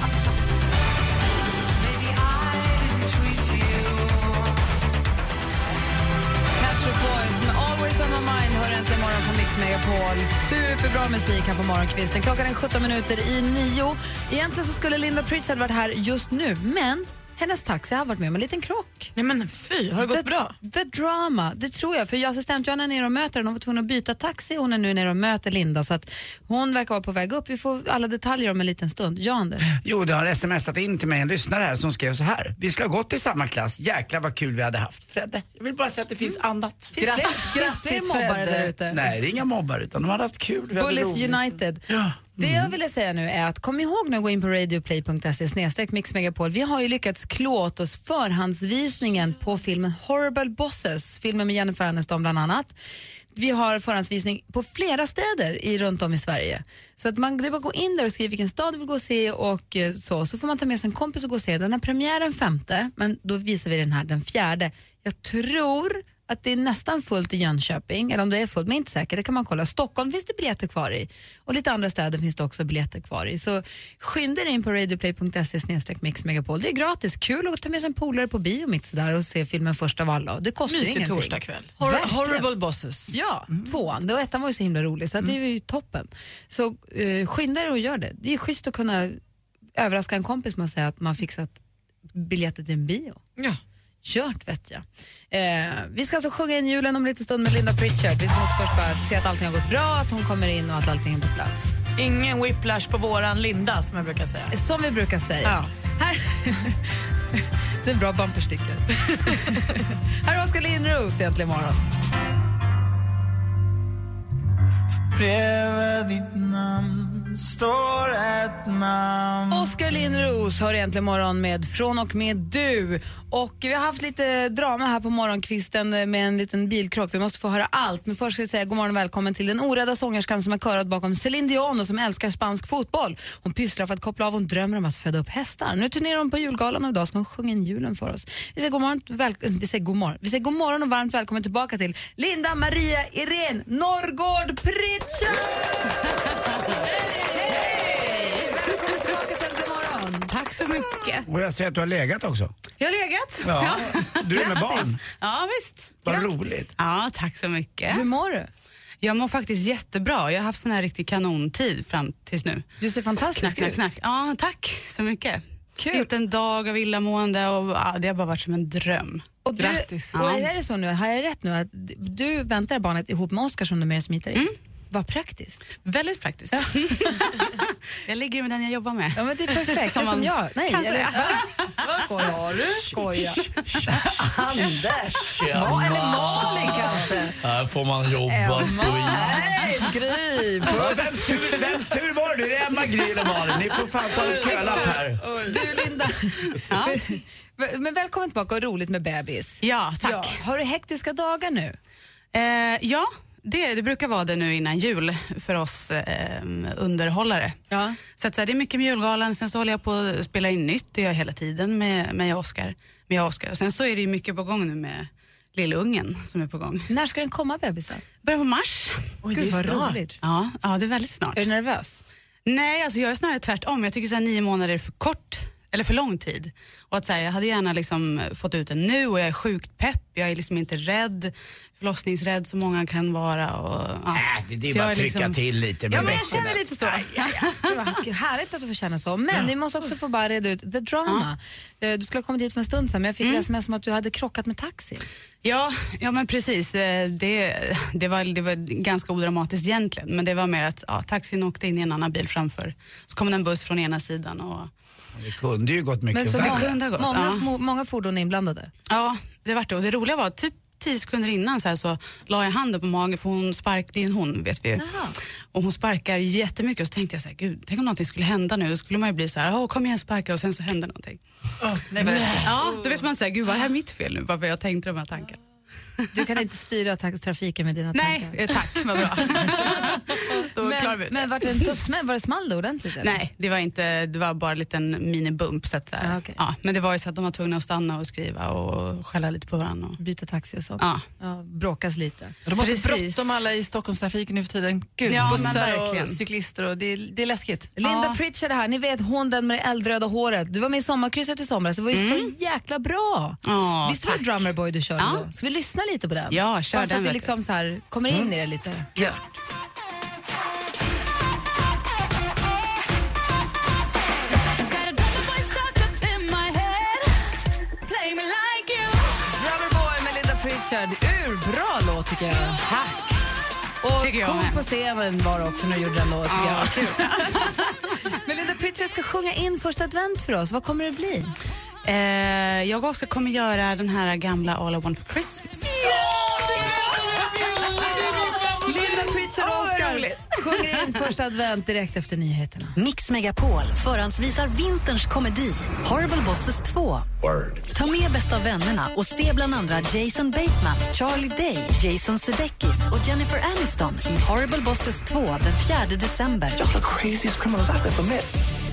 C: Pet Shop Boys med Always on my mind hör äntligen morgon på Mix Megapol. Superbra musik här på morgonkvisten. Klockan är 17 minuter i nio. Egentligen så skulle Linda Pritchard varit här just nu, men hennes taxi har varit med om en liten krock.
F: Nej men fy, har det gått
C: the,
F: bra?
C: The drama, det tror jag. För jag assistent Johanna är nere och möter henne. Hon var tvungen att byta taxi hon är nu nere och möter Linda. Så att hon verkar vara på väg upp. Vi får alla detaljer om en liten stund. Ja, Anders?
K: Jo, det har smsat in till mig en lyssnare här som skrev så här. Vi skulle ha gått i samma klass. Jäklar vad kul vi hade haft. Fredde, jag vill bara säga att det finns annat.
C: Finns fler- finns fler mobbare där ute?
K: Nej, det är inga mobbare utan de hade haft kul. Vi hade
C: Bullies
K: roligt.
C: United. Det jag ville säga nu är att kom ihåg nu att gå in på radioplay.se snedstreck mixmegapol. Vi har ju lyckats klå åt oss förhandsvisningen på filmen Horrible Bosses, filmen med Jennifer Aniston bland annat. Vi har förhandsvisning på flera städer i, runt om i Sverige. Så att man, det är bara att gå in där och skriva vilken stad du vill gå och se och eh, så. Så får man ta med sig en kompis och gå och se. Den har premiär den femte, men då visar vi den här den fjärde. Jag tror att det är nästan fullt i Jönköping, eller om det är fullt, men jag är inte säker, det kan man kolla. Stockholm finns det biljetter kvar i och lite andra städer finns det också biljetter kvar i. Så skynda dig in på radioplay.se snedstreck mixmegapol. Det är gratis, kul att ta med sig en polare på bio mitt sådär och se filmen först av alla. Det kostar ju
G: Mysig
C: ingenting.
G: torsdagkväll.
F: Hor-
C: Verkligen.
G: Horrible bosses.
C: Ja,
F: Mm.
C: tvåan. Det och ettan var ju så himla rolig så att det är ju toppen. Så eh, skynda er och gör det. Det är schysst att kunna överraska en kompis med att säga att man fixat biljetter till en bio.
F: Ja.
C: Kört vet jag. Eh, vi ska alltså sjunga in julen om lite stund med Linda Pritchard. Vi måste först bara se att allting har gått bra, att hon kommer in och att allting är på plats.
F: Ingen whiplash på våran Linda som jag brukar säga.
C: Eh, Som vi brukar säga.
F: Ja.
C: Här... *laughs* det är en bra bumpersticker. *laughs* Här är Oskar Lindros egentligen imorgon.
L: Bredvid ditt namn står ett namn
C: Oskar Linnros har egentligen morgon med Från och med du. Och vi har haft lite drama här på morgonkvisten med en liten bilkrock. Vi måste få höra allt. Men först ska vi säga god morgon och välkommen till den orädda sångerskan som är körad bakom Celine Dion och som älskar spansk fotboll. Hon pysslar för att koppla av. Hon drömmer om att föda upp hästar. Nu turnerar hon på julgalan och idag ska hon sjunga in julen för oss. Vi säger god morgon, väl- vi säger god morgon. Vi säger god morgon och varmt välkommen tillbaka till Linda Maria Irene Norrgård Pritchard! Välkommen tillbaka till Äntligen morgon.
M: Tack så mycket.
K: Och jag ser att du har legat också.
M: Jag har legat.
K: Ja, du är med barn.
M: Ja, visst.
K: Vad roligt.
M: Ja, tack så mycket.
C: Hur mår du?
M: Jag mår faktiskt jättebra. Jag har haft sån här riktig kanontid fram tills nu.
C: Du ser fantastisk
M: knack,
C: ut.
M: Knack, knack. Ja, tack så mycket.
C: Kul.
M: Inte en dag av illamående och ja, det har bara varit som en dröm.
C: Och du, Och är det så nu, har jag rätt nu att d- du väntar barnet ihop med Oskar som du är med som
M: Mm.
C: gitarrist? Vad praktiskt.
M: Väldigt praktiskt. *laughs* jag ligger med den jag jobbar med.
C: Ja, men det är
M: *laughs*
C: perfekt. det är som
M: man
C: jag. Nej,
M: kan säga.
C: *laughs* Vad sa du? Skoja.
K: Anders!
C: Ma- eller Malin kanske?
K: Här får man jobba och stå i.
C: Nej, Gry!
K: Ja,
C: Puss.
K: Vems tur, vems tur var det? Det är Emma, Gry eller Malin. Ni får fan ta ett kölapp här.
C: Du, Linda. *laughs* Men- Men välkommen tillbaka och roligt med bebis.
M: Ja, tack.
C: Har du hektiska dagar nu?
M: Eh, ja, det, det brukar vara det nu innan jul för oss eh, underhållare. Så, att, så här, det är mycket med julgalan, sen så håller jag på att spela in nytt, det gör jag hela tiden med, med Oscar. Med Oscar. Sen så är det ju mycket på gång nu med lillungen som är på gång.
C: När ska den komma bebisen?
M: Börjar på mars.
C: Oj, det Gud, är vad snart. roligt.
M: Ja, ja, det är väldigt snart. Är
C: du nervös?
M: Nej, alltså jag är snarare tvärtom. Jag tycker så här, nio månader är för kort, eller för lång tid. Och att så här, jag hade gärna liksom fått ut den nu och jag är sjukt pepp. Jag är liksom inte rädd, förlossningsrädd som många kan vara. Och, ja.
K: Äh, Det, det är
M: Så
K: bara
M: jag liksom-
K: att trycka till lite med
M: Ja, men jag
K: bäckenet.
M: känner lite så.
C: *laughs* Det var Härligt att du får känna så. Men vi måste också få bara reda ut the drama. Eh, Du skulle ha kommit hit för en stund sedan men jag
M: Mm.
C: fick ett sms om att du hade krockat med taxin.
M: Ja, ja men precis. Eh, Det, det, var, det var ganska odramatiskt egentligen, men det var mer att ja, taxin åkte in i en annan bil framför. Så kom det en buss från ena sidan. Och,
K: Det kunde ju gått mycket
M: Men så
K: värre.
M: det kunde det har gått.
C: Många,
M: ja.
C: mo- många fordon är inblandade.
M: Ja, det vart det. Och det roliga var typ tio sekunder innan så, här, så la jag handen på magen för hon spark, det är en hon vet vi ju. Och hon sparkar jättemycket och så tänkte jag så här, gud, tänk om någonting skulle hända nu. Då skulle man ju bli så här, åh kom igen sparka och sen så händer någonting.
C: nej, vad läskigt.
M: Ja, då vet man så här, gud vad är det här mitt fel nu? Varför jag tänkte de här tankarna.
C: Du kan inte styra ta- trafiken med dina
M: Nej,
C: tankar.
M: eh, tack, vad
C: *laughs*
M: bra. Då
C: men,
M: klarar vi ut det.
C: Men var det en tuppsmäll? Var det small då ordentligt? eller?
M: Nej, det var inte, det var bara en liten minibump. Så att, så
C: Ah,
M: här, ja, men det var ju så att de var tvungna att stanna och skriva och skälla lite på varandra. Och...
C: Byta taxi och sånt.
M: Ja.
C: Ja, bråkas lite.
G: De har så bråttom alla i Stockholmstrafiken nu för tiden. Gud,
C: Ja, men
G: bussar
C: verkligen.
G: och cyklister och det, är- det är läskigt.
C: Linda Pritchard är här, ni vet hon den med det eldröda håret. Du var med i Sommarkrysset i somras, det var ju så jäkla bra.
M: Ja,
C: Visst var det Drummerboy du körde då? Ska vi lyssna lite på den?
M: Ja, kör
C: Bara så
M: den,
C: att vi
M: vet du.
C: liksom så här, kommer in i det lite.
M: Ja.
L: Got a drummer boy stuck up in my head. Play me like you.
C: Drummerboy med Linda Pritchard, urbra låt tycker jag. Tack. Och
L: Tycker jag
C: cool
L: med.
C: på scenen var det också när du gjorde den låten. Ja. *laughs* Men Linda Pritchard ska sjunga in första advent för oss. Vad kommer det bli?
M: Eh, jag och Oskar kommer göra den här gamla All I want for Christmas.
C: Linda Pritchard och Oscar sjunger in första advent direkt efter nyheterna.
B: Mix Megapol förhandsvisar vinterns komedi Horrible Bosses 2. Ta med bästa vännerna och se bland andra Jason Bateman, Charlie Day, Jason Sudeikis och Jennifer Aniston i Horrible Bosses 2 den 4 december.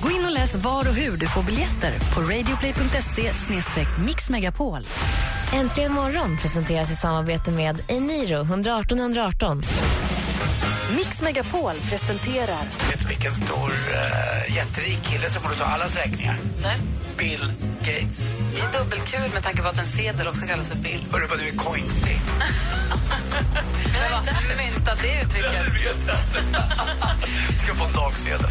B: Gå in och läs var och hur du får biljetter på radioplay.se mixmegapol.
J: Äntligen morgon presenteras i samarbete med Eniro 118 118.
B: Mix Megapol presenterar
E: Vet du vilken stor eh, jätterik kille som borde ta allas räkningar?
G: Nej.
E: Bill Gates.
G: Det är dubbelkul med tanke på att en sedel också kallas för bill.
E: Hörru vad du är coinslig.
G: Jag har inte myntat det uttrycket.
E: Ska få en dagsedel.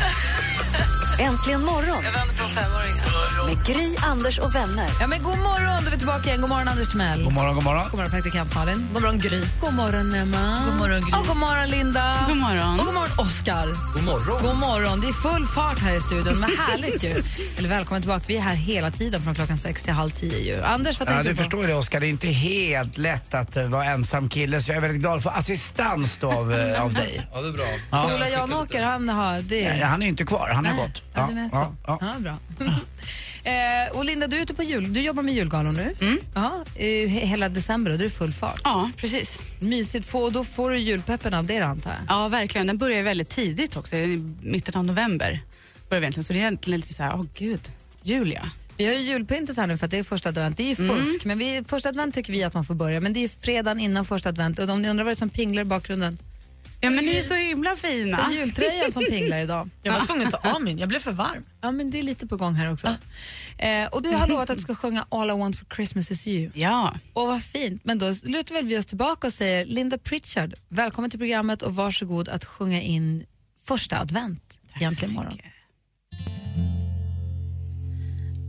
B: Äntligen morgon
G: Jag vänder på femåringar.
B: med Gry, Anders och vänner.
C: Ja, men god morgon, då är vi tillbaka igen. God morgon Anders Timell.
E: God morgon, god morgon.
C: God morgon praktikant Malin. God morgon Gry. God morgon Emma. God morgon Gry. Och god morgon Linda.
M: God morgon.
C: Och god morgon Oskar.
L: God morgon.
C: God morgon. Det är full fart här i studion, men
E: *laughs*
C: härligt ju. Eller välkommen tillbaka. Vi är här hela tiden från klockan sex till halv tio ju. Anders, vad
E: Ja,
C: tänker
E: du
C: du på?
E: förstår ju det Oskar, det är inte helt lätt att eh, vara ensam kille så jag är väldigt glad för assistans då av, eh, av dig.
L: Ja, det är bra.
E: Ja.
C: Ola Janåker, han har... Det.
E: Ja, han är ju inte kvar, han har
C: Nej.
E: gått.
C: Ja, du menar så. Ja, bra. *laughs* Eh, och Linda, du är ute på jul. Du jobbar med julgalor nu.
M: Mm.
C: Ja, eh, he- hela december och du är full fart.
M: Ja, precis.
C: Mysigt. Få, då får du julpeppen av det då, antar jag.
M: Ja, verkligen. Den börjar ju väldigt tidigt också, i mitten av november. Börjar vi egentligen. Så det är egentligen lite så här, åh gud, Julia.
C: Vi har ju julpyntet här nu för att det är första advent. Det är ju
F: Mm.
C: fusk, men vi, första advent tycker vi att man får börja. Men det är fredagen innan första advent. Och om ni undrar vad det är som pinglar i bakgrunden?
M: Ja, men ni är så himla fina.
C: Det är jultröjan som pinglar idag.
F: *laughs* Jag var tvungen att ta av min, jag blev för varm.
C: Ja, men det är lite på gång här också. Eh, och du har lovat att du ska sjunga All I want for Christmas is you.
M: Ja.
C: Och vad fint. Men då lutar väl vi oss tillbaka och säger Linda Pritchard, välkommen till programmet och varsågod att sjunga in första advent egentligen imorgon.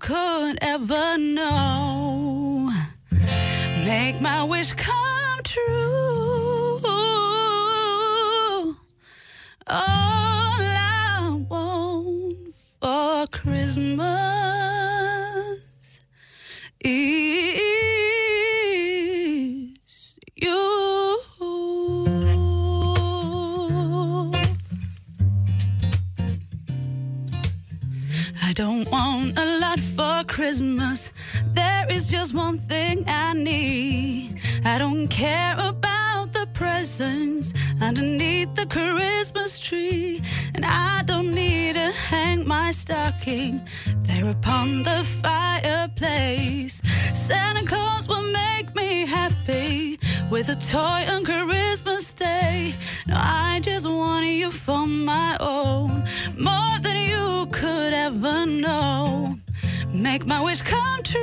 L: could ever know. Make my wish come true. All I want for Christmas is you.
N: I don't want a lot for Christmas. There is just one thing I need. I don't care about the presents underneath the Christmas tree. And I don't need to hang my stocking there upon the fireplace. Santa Claus will make me happy with a toy on Christmas Day. No, I just want you for my own, more than you could ever know. Make my wish come true.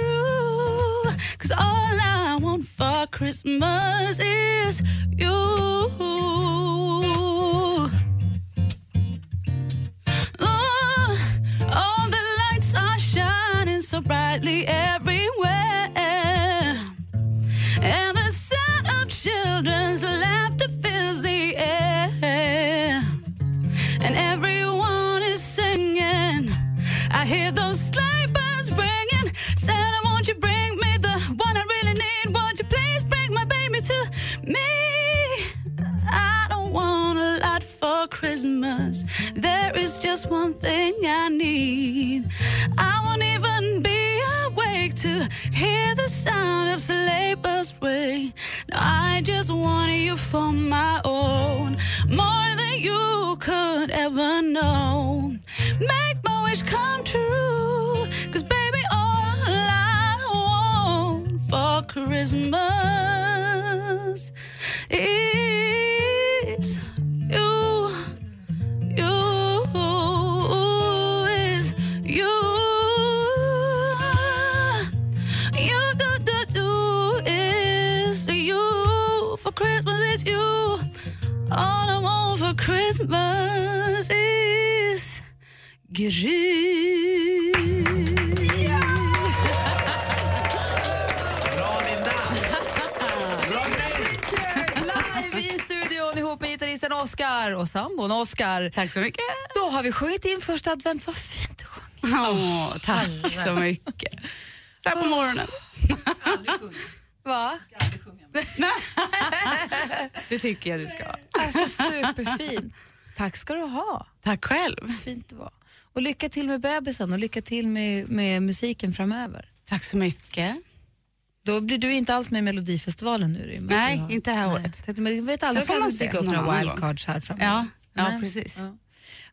N: for Christmas is you. Ooh, all the lights are shining so brightly everywhere. And the sound of children's laughter fills the air. And everyone is singing. I hear those sleigh bells ringing. Santa, won't you bring me the one I really need? Won't you please bring my baby to me? I don't want a lot for Christmas. There is just one thing I need. I won't even be awake to hear the sound of sleigh bells ring. No, I just want you for my own, more than you could ever know. Make my wish come true, cause baby, all I want for Christmas is you, you is you, you do do do is you for Christmas is you. All I want for Christmas is Gris.
C: Live i studion ihop med gitarristen Oscar och sambon Oscar. Tack så mycket. Då har vi sjungit in första advent. Vad fint du sjöng.
M: Åh, tack så mycket. Så här på morgonen.
C: Va?
M: Det tycker jag du ska.
C: Alltså superfint. Tack ska du ha.
M: Tack själv.
C: Fint det var. Och lycka till med bebisen och lycka till med, med musiken framöver.
M: Tack så mycket.
C: Då blir du inte alls med i Melodifestivalen nu Rymma.
M: Nej, inte det här året.
C: Tänkte, men vi vet
M: Sen
C: aldrig,
M: får
C: kan
M: man
C: det dyka
M: se
C: upp
M: någon
C: några
M: annan
C: wildcards
M: gång.
C: här framöver.
M: Ja, ja,
C: Nej.
M: precis.
C: Ja.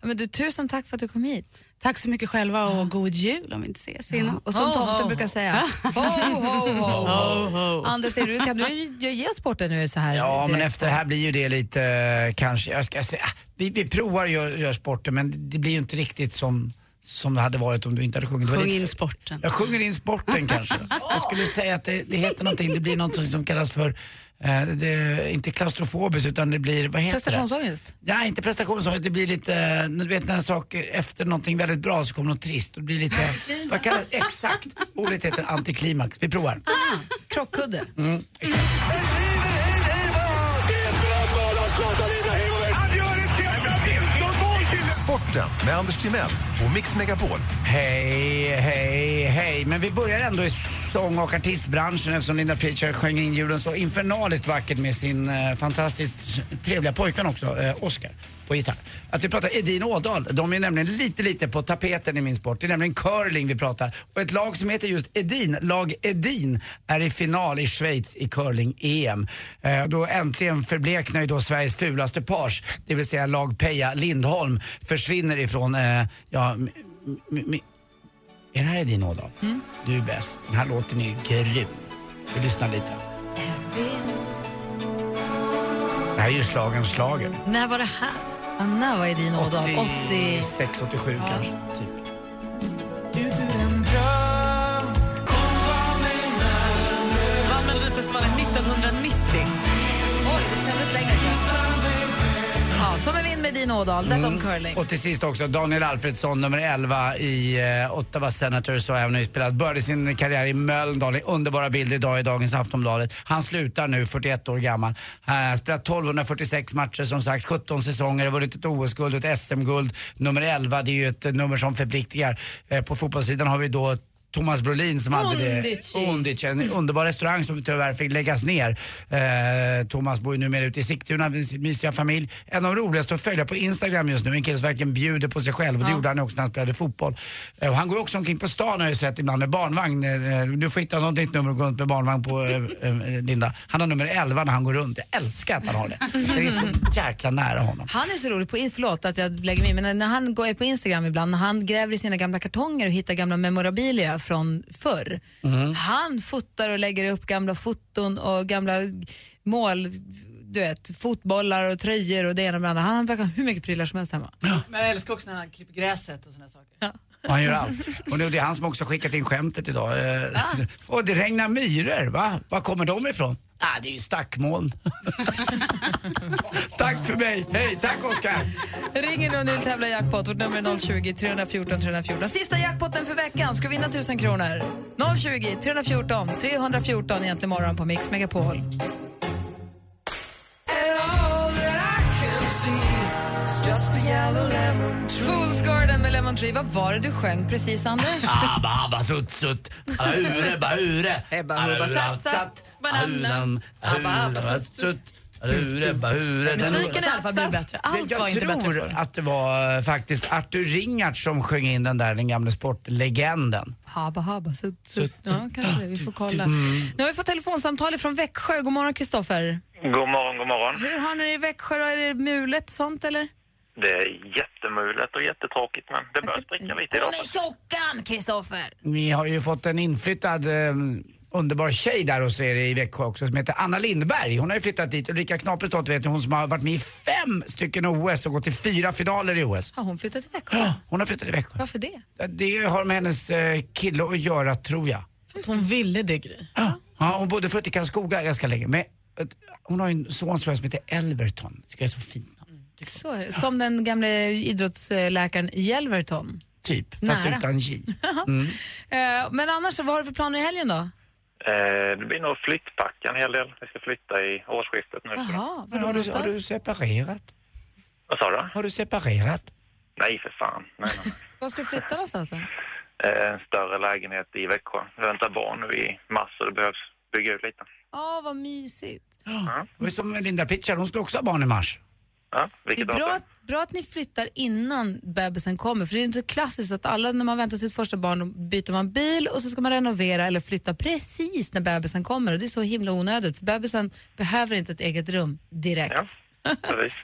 C: Ja, Men du, tusen tack för att du kom hit.
M: Tack så mycket själva och god jul om vi inte ses innan.
C: Och som tomten brukar säga, *laughs* ho, ho, ho.
M: Ho, ho.
C: Anders, är du, kan du ju ge oss porten nu så här?
E: Ja, men
C: direkt?
E: efter det här blir ju det lite eh, kanske, jag ska säga, vi, vi provar att göra gör sporten men det blir ju inte riktigt som, som det hade varit om du inte hade sjungit. Det var
M: Sjung
E: lite-
M: in sporten.
E: Jag sjunger in sporten kanske. Jag skulle säga att det, det heter någonting, det blir någonting som kallas för, eh, det, inte klaustrofobiskt utan det blir, vad heter
C: Prestationsångest?
E: det? Nej, inte prestationsångest, det blir lite, eh, du vet när en sak, efter någonting väldigt bra så kommer något trist och det blir lite, vad kallas, exakt, ordet heter antiklimax. Vi provar.
M: Ah.
C: Krockkudde?
E: Mm.
I: Sporten med Anders Timell och Mix Megapol.
E: Hej, hej, hej. Men vi börjar ändå i sång och artistbranschen eftersom Linda Preacher sjöng in julen så infernaliskt vackert med sin eh, fantastiskt trevliga pojkvän också, eh, Oscar, på gitarr. Att vi pratar Edin och Ådahl, de är nämligen lite, lite på tapeten i min sport. Det är nämligen curling vi pratar. Och ett lag som heter just Edin, lag Edin, är i final i Schweiz i curling-EM. Eh, då äntligen förbleknar ju då Sveriges fulaste pars, det vill säga lag Peja Lindholm, försvinner ifrån, eh, ja, m- m- m- är det här din Ådahl? Du är bäst. Den här låten är ju grym. Vi lyssnar lite. Det här är ju slagen slager.
C: När var det här? Ja, när var Edin Ådahl? 80...
E: 86, 87 kanske. Typ.
F: Vann Melodifestivalen 1990.
C: Oj, det kändes länge sedan. Ja, som en vind med Edin Ådahl. Detta om curling.
E: Och till sist också Daniel Alfredsson, nummer 11 i eh, Ottawa Senators och även spelat. Började sin karriär i Mölndal. Det är Underbara bilder idag i dagens Aftonbladet. Han slutar nu, 41 år gammal. Eh, spelat 1246 matcher som sagt, 17 säsonger, har vunnit ett OS-guld och ett SM-guld. Nummer 11, det är ju ett eh, nummer som förpliktigar. Eh, på fotbollssidan har vi då Thomas Brolin som hade det.
F: Undici.
E: Undici, en underbar restaurang som tyvärr fick läggas ner. Eh, Thomas bor ju numera ute i Sigtuna med sin mysiga familj. En av de roligaste att följa på Instagram just nu, en kille som verkligen bjuder på sig själv och det gjorde han också när han spelade fotboll. Eh, och han går också omkring på stan har jag ju sett ibland med barnvagn. Eh, du får hitta något nytt nummer och gå runt med barnvagn på eh, eh, Linda. Han har nummer 11 när han går runt. Jag älskar att han har det. Det är så jäkla nära honom.
C: Han är så rolig, på, förlåt att jag lägger mig i, men när han går är på Instagram ibland, när han gräver i sina gamla kartonger och hittar gamla memorabilia från förr.
F: Mm.
C: Han fotar och lägger upp gamla foton och gamla mål, du vet, fotbollar och tröjor och det ena med det andra. Han verkar ha hur mycket prylar som helst hemma.
O: Men jag älskar också när han klipper gräset och såna saker.
E: Och han gör allt. Och nu, det är han som också skickat in skämtet idag. Eh,
C: Ah.
E: *laughs* Och det regnar myror, va? Var kommer de ifrån? Ah, det är ju
C: *laughs*
E: stackmoln. tack för mig. Hej, tack Oskar.
C: Ring in om ni vill tävla i jackpot. Vårt nummer är 020 314 314. Sista jackpotten för veckan. Ska vinna 1000 kronor. 020 314 314 egentligen morgon på Mix Megapol. Fools Garden med Lemon Tree. Vad var det du sjöng precis, Anders?
E: Abba, abba, Ah, sutt, sutt. Alla ure, ba, ure. Ah,
C: Ebba, hubba, satt, satt. Banan, abba, abba, Ah, sutt,
E: sutt. Alla ure, ba, ure.
C: Musiken i alla fall blir bättre. Allt var inte det
E: Jag
C: bättre
E: tror
C: förr.
E: att det var eh, faktiskt Arthur Ringart som sjöng in den där, den gamla sportlegenden.
C: Habba, habba, sutt, sutt. Mm. Ja, kanske det. Vi får kolla. Nu har vi fått telefonsamtal från Växjö. God morgon, Kristoffer.
P: God morgon, god morgon.
C: Hur har ni det i Växjö? då? Är det mulet sånt, eller?
P: Det är jättemulet och jättetråkigt, men det börjar spricka lite idag.
C: tjockan, Kristoffer!
E: Ni har ju fått en inflyttad eh, underbar tjej där hos er i Växjö också som heter Anna Lindberg. Hon har ju flyttat dit. Ulrika Knaprestad vet ni, hon som har varit med i fem stycken OS och gått till fyra finaler i OS.
C: Har hon flyttat till Växjö?
E: Ja, hon har flyttat till Växjö.
C: Varför det?
E: Det har med hennes eh, kille att göra tror jag.
F: För att hon ville det, Gry.
E: Ja, hon bodde förut i Karlskoga ganska länge. Men eh, hon har ju en son tror jag som heter Elverton. Det ska jag så fint namn.
C: Så är det. Som den gamle idrottsläkaren Jelverton.
E: Typ, fast
C: Nära.
E: utan J.
C: Eh, Men annars, vad har du för planer i helgen då?
P: Eh, det blir nog flyttpacka en hel del. Vi ska flytta i årsskiftet nu.
C: Jaha,
E: Men har, du, har du separerat?
P: Vad sa du?
E: Har du separerat?
P: Nej, för fan. Nej, nej.
C: Var ska du flytta någonstans då?
P: Eh, en större lägenhet i Växjö. Vi väntar barn nu i mars och det behövs bygga ut lite.
C: Ja, vad mysigt.
E: Det var som Linda Pritchard, hon skulle också ha barn i mars.
P: Ja,
C: Det är
P: vilket
C: bra
P: datum?
C: att, bra att ni flyttar innan bebisen kommer, för det är inte så klassiskt att alla när man väntar sitt första barn då byter man bil och så ska man renovera eller flytta precis när bebisen kommer och det är så himla onödigt för bebisen behöver inte ett eget rum direkt.
P: Precis.
C: *laughs*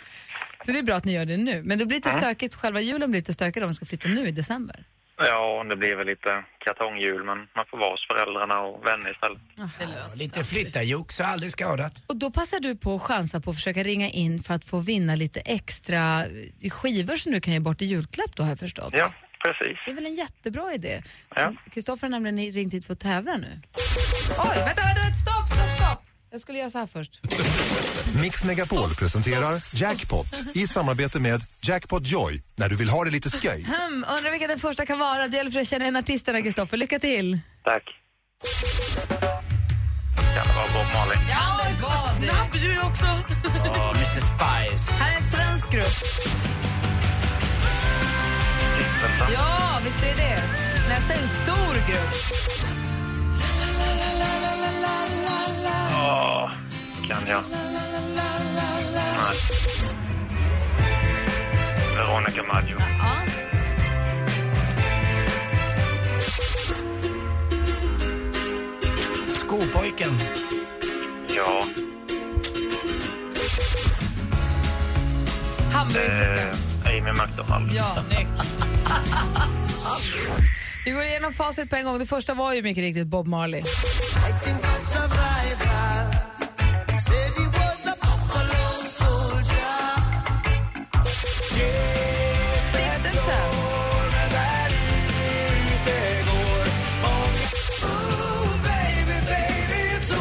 C: Så det är bra att ni gör det nu, men det blir lite
P: Mm.
C: stökigt, själva julen blir lite stökig om man ska flytta nu i december.
P: Ja, det blir väl lite kartongjul, men man får vara hos föräldrarna och vänner istället.
E: Lite flyttarjox har aldrig skadat.
C: Och då passar du på att chansa på att försöka ringa in för att få vinna lite extra eh, skivor som du kan ge bort i julklapp då har jag förstått.
P: Ja, precis.
C: Det är väl en jättebra idé.
P: Ja.
C: Kristoffer har nämligen ringt hit för att tävla nu. Oj, vänta, vänta, vänta, stopp, stopp, stopp! Jag skulle göra så här först.
I: Mix Megapol presenterar Jackpot i samarbete med Jackpot Joy när du vill ha det lite skoj.
C: Hmm, undrar vilka den första kan vara. Det gäller för att känna en artisterna, Kristoffer. Lycka till!
P: Tack. Kan det vara Bob Marley?
C: Ja, det var det! Snabb du också!
E: Ja, Mr Spice.
C: Här är en svensk grupp. Ja, visst är det Nästa är en stor grupp.
P: Ja, kan jag. Nej. Veronica Maggio.
E: Skopojken.
P: Ja.
C: Hamburgerflickan.
P: Eh, Amy McDonald.
C: Ja, snyggt. Vi går igenom facit på en gång. Det första var ju mycket riktigt Bob Marley. Stiftelse.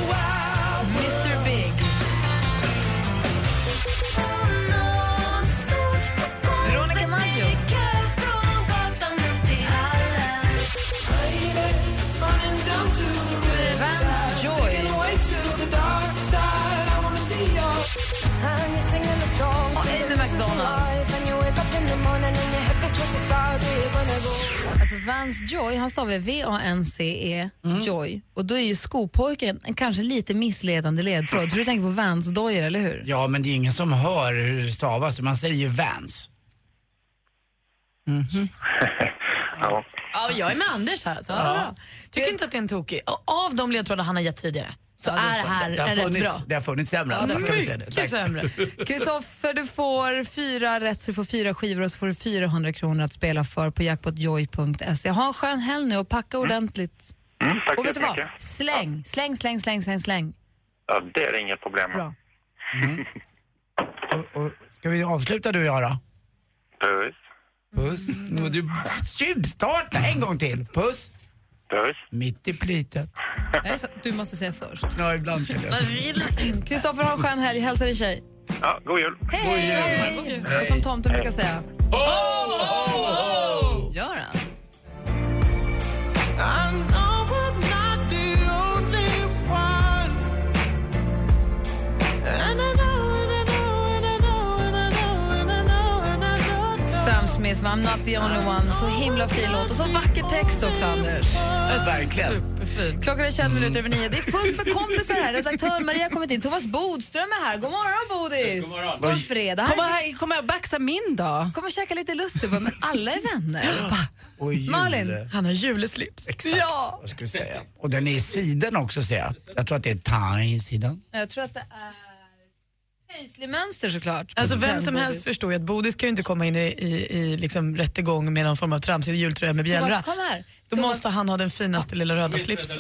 C: Mr Big. Veronica Maggio. Vance Joy. Och Amy McDonald. Alltså Vance Joy, han stavar V-A-N-C-E, E Joy. Och då är ju skopojken en kanske lite missledande ledtråd. Så du tänker på Vance Dojer, eller hur?
E: Ja, men det är ingen som hör hur det stavas. Man säger ju Vans.
P: ja.
F: Ja, jag är med Anders här. Så.
E: Ja.
F: Tycker inte att det är en tokig. Och Av de ledtrådar han har gett tidigare så är det här
E: det har
F: en rätt
E: funnits,
F: bra.
E: Det har funnits sämre.
F: Ja, det har
E: kan vi säga det.
F: mycket
E: Tack.
F: sämre.
E: *laughs*
C: Kristoffer, du får fyra rätt så du får fyra skivor och så får du 400 kronor att spela för på jackpotjoy.se. Ha en skön helg nu och packa ordentligt.
P: Mm, tack
C: och vet
P: så
C: du vad?
P: mycket.
C: Släng, släng, släng, släng, släng, släng.
P: Ja, det är det inga problem
E: *laughs*
P: med.
F: Liksom.
E: Ska vi avsluta du och jag då?
P: Puss.
E: Puss. Och du tjuvstarta en gång till. Puss.
P: Puss.
E: Mitt i plitet.
C: Är det så? Du måste
E: *laughs*
C: säga först.
E: Ja, ibland känner jag
C: Vad
E: så.
C: vill Kristoffer, ha en skön helg. Hälsa din tjej.
P: Ja, god jul!
C: Hej, hej!
P: Hej.
C: Och som tomten brukar säga.
P: Ho,
C: ho, ho! Gör han?
L: I know I'm not the only one. And I know, and I know, and I know, and I know, and I know, and I know.
C: Sam Smith med I'm not the only one. Så himla fin låt och så vacker text också, Anders.
E: Verkligen.
C: Klockan är 21 minuter över nio. Det är fullt med kompisar här. Redaktör Maria har kommit in. Thomas Bodström är här. God morgon, Bodis! God morgon. God fredag.
G: Kom här, kom här och baxa min dag.
C: Kom och käka lite lussebullar, men alla är vänner.
E: Och jul.
C: Malin, han har juleslips.
E: Exakt.
C: Ja.
E: Vad ska du säga? Och den är i sidan också ser jag. Jag tror att det är thai-sidan.
C: Jag tror att det är paisley-mönster såklart.
F: Alltså vem som helst förstår ju att Bodis kan ju inte komma in i, i, i liksom rättegång med någon form av tramsig jultröja med bjällra.
C: Thomas, kom här.
F: Då
C: Thomas-
F: måste han ha den finaste lilla röda slipsen.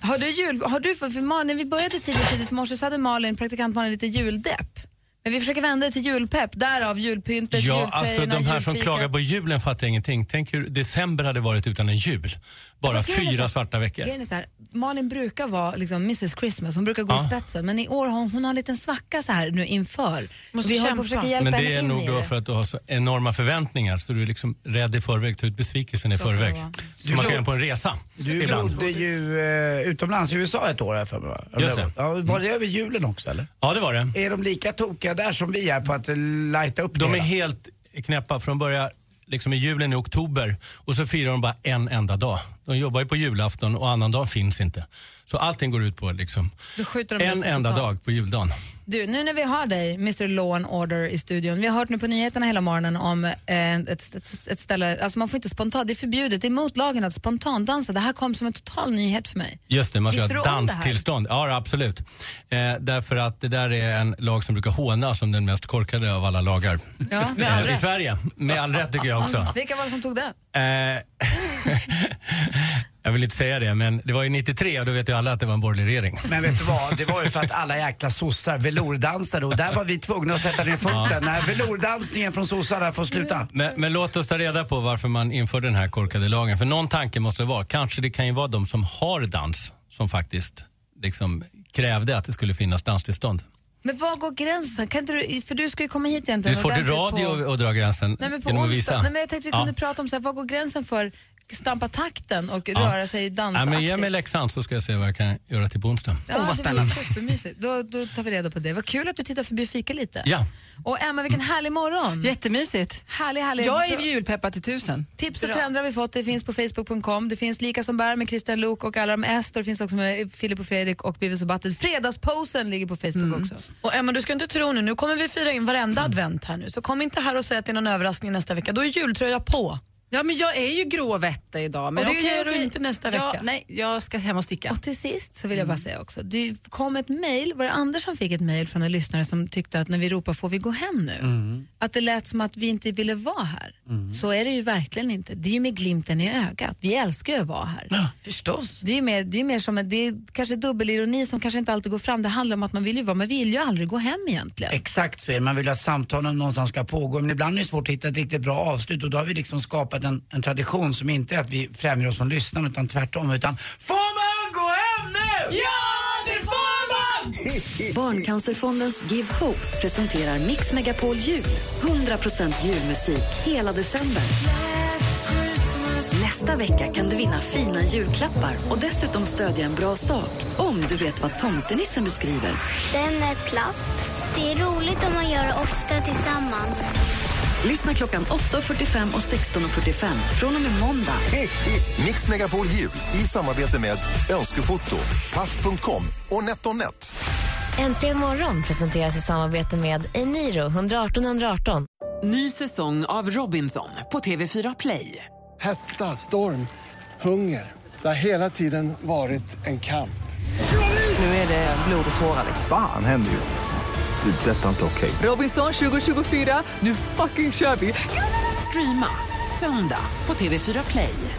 C: Har du jul, har du, för, för Malin, när vi började tidigt, tidigt i morse så hade Malin, praktikant Malin, lite juldepp. Men vi försöker vända det till julpepp, därav julpyntet,
Q: Ja,
C: jultröjorna,
Q: alltså de här som
C: julfikan.
Q: klagar på julen fattar jag ingenting. Tänk hur december hade varit utan en jul. Bara
C: Fast grejen är så
Q: fyra
C: här-
Q: svarta veckor.
C: Grejen är så här, Malin brukar vara liksom Mrs Christmas, hon brukar gå i
Q: Ja.
C: spetsen. Men i år har hon, hon har en liten svacka så här nu inför.
F: Måste
C: vi håller på
F: kämpa.
C: att försöka hjälpa
Q: Men det
C: henne
Q: är
C: in
Q: nog
C: i
Q: då
C: det.
Q: för att du har så enorma förväntningar så du är liksom rädd i förväg, tar ut besvikelsen i
C: Så kan det
Q: förväg.
C: vara.
Q: Som man
E: Du-
Q: kan göra på en resa.
E: Du
Q: ibland.
E: bodde ju eh, utomlands i USA ett år här för mig va?
Q: Just det. Mm.
E: Ja, var det över julen också eller?
Q: Ja, det var det.
E: Är de lika tokiga där som vi är på att eh, lighta upp
Q: De
E: det
Q: är
E: hela?
Q: helt knäppa för de börjar liksom i julen i oktober och så firar de bara en enda dag. De jobbar ju på julafton och annan dag finns inte. Så allting går ut på liksom
C: Då skjuter de ut
Q: en
C: sig
Q: enda
C: totalt.
Q: dag på juldagen.
C: Du, nu när vi har dig, Mr Law and Order, i studion. Vi har hört nu på nyheterna hela morgonen om eh, ett, ett, ett ställe, alltså man får inte spontant, det är förbjudet, det är mot lagen att spontandansa. Det här kom som en total nyhet för mig.
Q: Just det, man ska
C: Visste
Q: ha
C: du om det här?
Q: danstillstånd. Ja, absolut. Eh, därför att det där är en lag som brukar hånas som den mest korkade av alla lagar.
C: Ja, med all
Q: eh, I
C: rätt.
Q: Sverige. Med all rätt tycker jag också.
C: Vilka var det som tog det?
Q: Eh, *laughs* jag vill inte säga det, men det var ju 93 och då vet ju alla att det var en borgerlig regering.
E: Men vet
Q: *laughs*
E: du vad, det var ju för att alla jäkla sossar velourdansade och där var vi tvungna att sätta ner foten.
Q: Ja.
E: När velourdansningen från sossarna får sluta.
Q: Men, men låt oss ta reda på varför man införde den här korkade lagen. För någon tanke måste det vara. Kanske det kan ju vara de som har dans som faktiskt liksom krävde att det skulle finnas danstillstånd.
C: Men var går gränsen? Kan inte du, för du ska ju komma hit egentligen.
Q: Du får till
C: ordentligt
Q: radio
C: på-
Q: och, och dra gränsen
C: Nej, men på
Q: genom att
C: onsdag.
Q: visa.
C: Nej, men jag tänkte vi
Q: Ja.
C: kunde prata om så här, vad går gränsen för stampa takten och
Q: Ja.
C: röra sig
Q: Nej,
C: dansaktigt?
Q: men ge mig läxan så ska jag se vad jag kan göra till på onsdag.
C: Ja, alltså, det vore supermysigt. Då, då tar vi reda på det. Vad kul att du tittar förbi och fikar lite.
Q: Ja.
C: Och Emma, vilken härlig morgon. Jättemysigt. Härlig, härlig.
G: Jag är julpeppad till tusen.
C: Tips och trender har vi fått. Det finns på Facebook.com. Det finns Lika som bär med Christian Lok och alla de S. Det finns också med Filip och Fredrik och Beavis och Butthead. Fredagsposen ligger på Facebook också.
F: Mm.
C: Mm.
F: Och Emma, du ska inte tro nu, nu kommer vi fira in varenda advent här nu. Så kom inte här och säg att det är någon överraskning nästa vecka. Då är jultröja på.
G: Ja, men jag är ju gråvätta idag. Men
F: Och det
G: okej,
F: gör du
G: okej.
F: inte nästa
G: Ja,
F: vecka.
G: nej, jag ska hem och sticka.
C: Och till sist så vill
F: Mm.
C: jag bara säga också, det kom ett mejl, var det Anders som fick ett mejl från en lyssnare som tyckte att när vi ropar får vi gå hem nu? Att det lät som att vi inte ville vara här. Så är det ju verkligen inte. Det är ju med glimten i ögat. Vi älskar ju att vara här.
G: förstås.
C: Det är ju mer, det är ju mer som en, det är kanske dubbelironi som kanske inte alltid går fram. Det handlar om att man vill ju vara, man vill ju aldrig gå hem egentligen.
E: Exakt så är det. Man vill att samtalen någonstans ska pågå. Men ibland är det svårt att hitta ett riktigt bra avslut och då har vi liksom skapat en, en tradition som inte är att vi främjar oss som lyssnare utan tvärtom. Utan får man gå hem nu?
L: Ja, det får man!
R: Barncancerfondens Give Hope presenterar Mix Megapol Jul. 100% julmusik hela december. Nästa vecka kan du vinna fina julklappar och dessutom stödja en bra sak om du vet vad tomtenissen beskriver.
A: Den är platt. Det är roligt om man gör det ofta tillsammans.
R: Lyssna klockan 8.45 och 16.45 från och med måndag.
I: Mix Megapol Jul i samarbete med Önskefoto, Paff.com och NetOnNet.
J: Äntligen morgon presenteras i samarbete med Eniro 118 118.
H: Ny säsong av Robinson på TV4 Play.
S: Hetta, storm, hunger. Det har hela tiden varit en kamp.
H: Nu är det Eh, blod och tårar. liksom.
T: Fan händer just det. Det är detta inte okej.
H: Robinson 2024, nu fucking kör vi! Streama söndag på TV4 Play.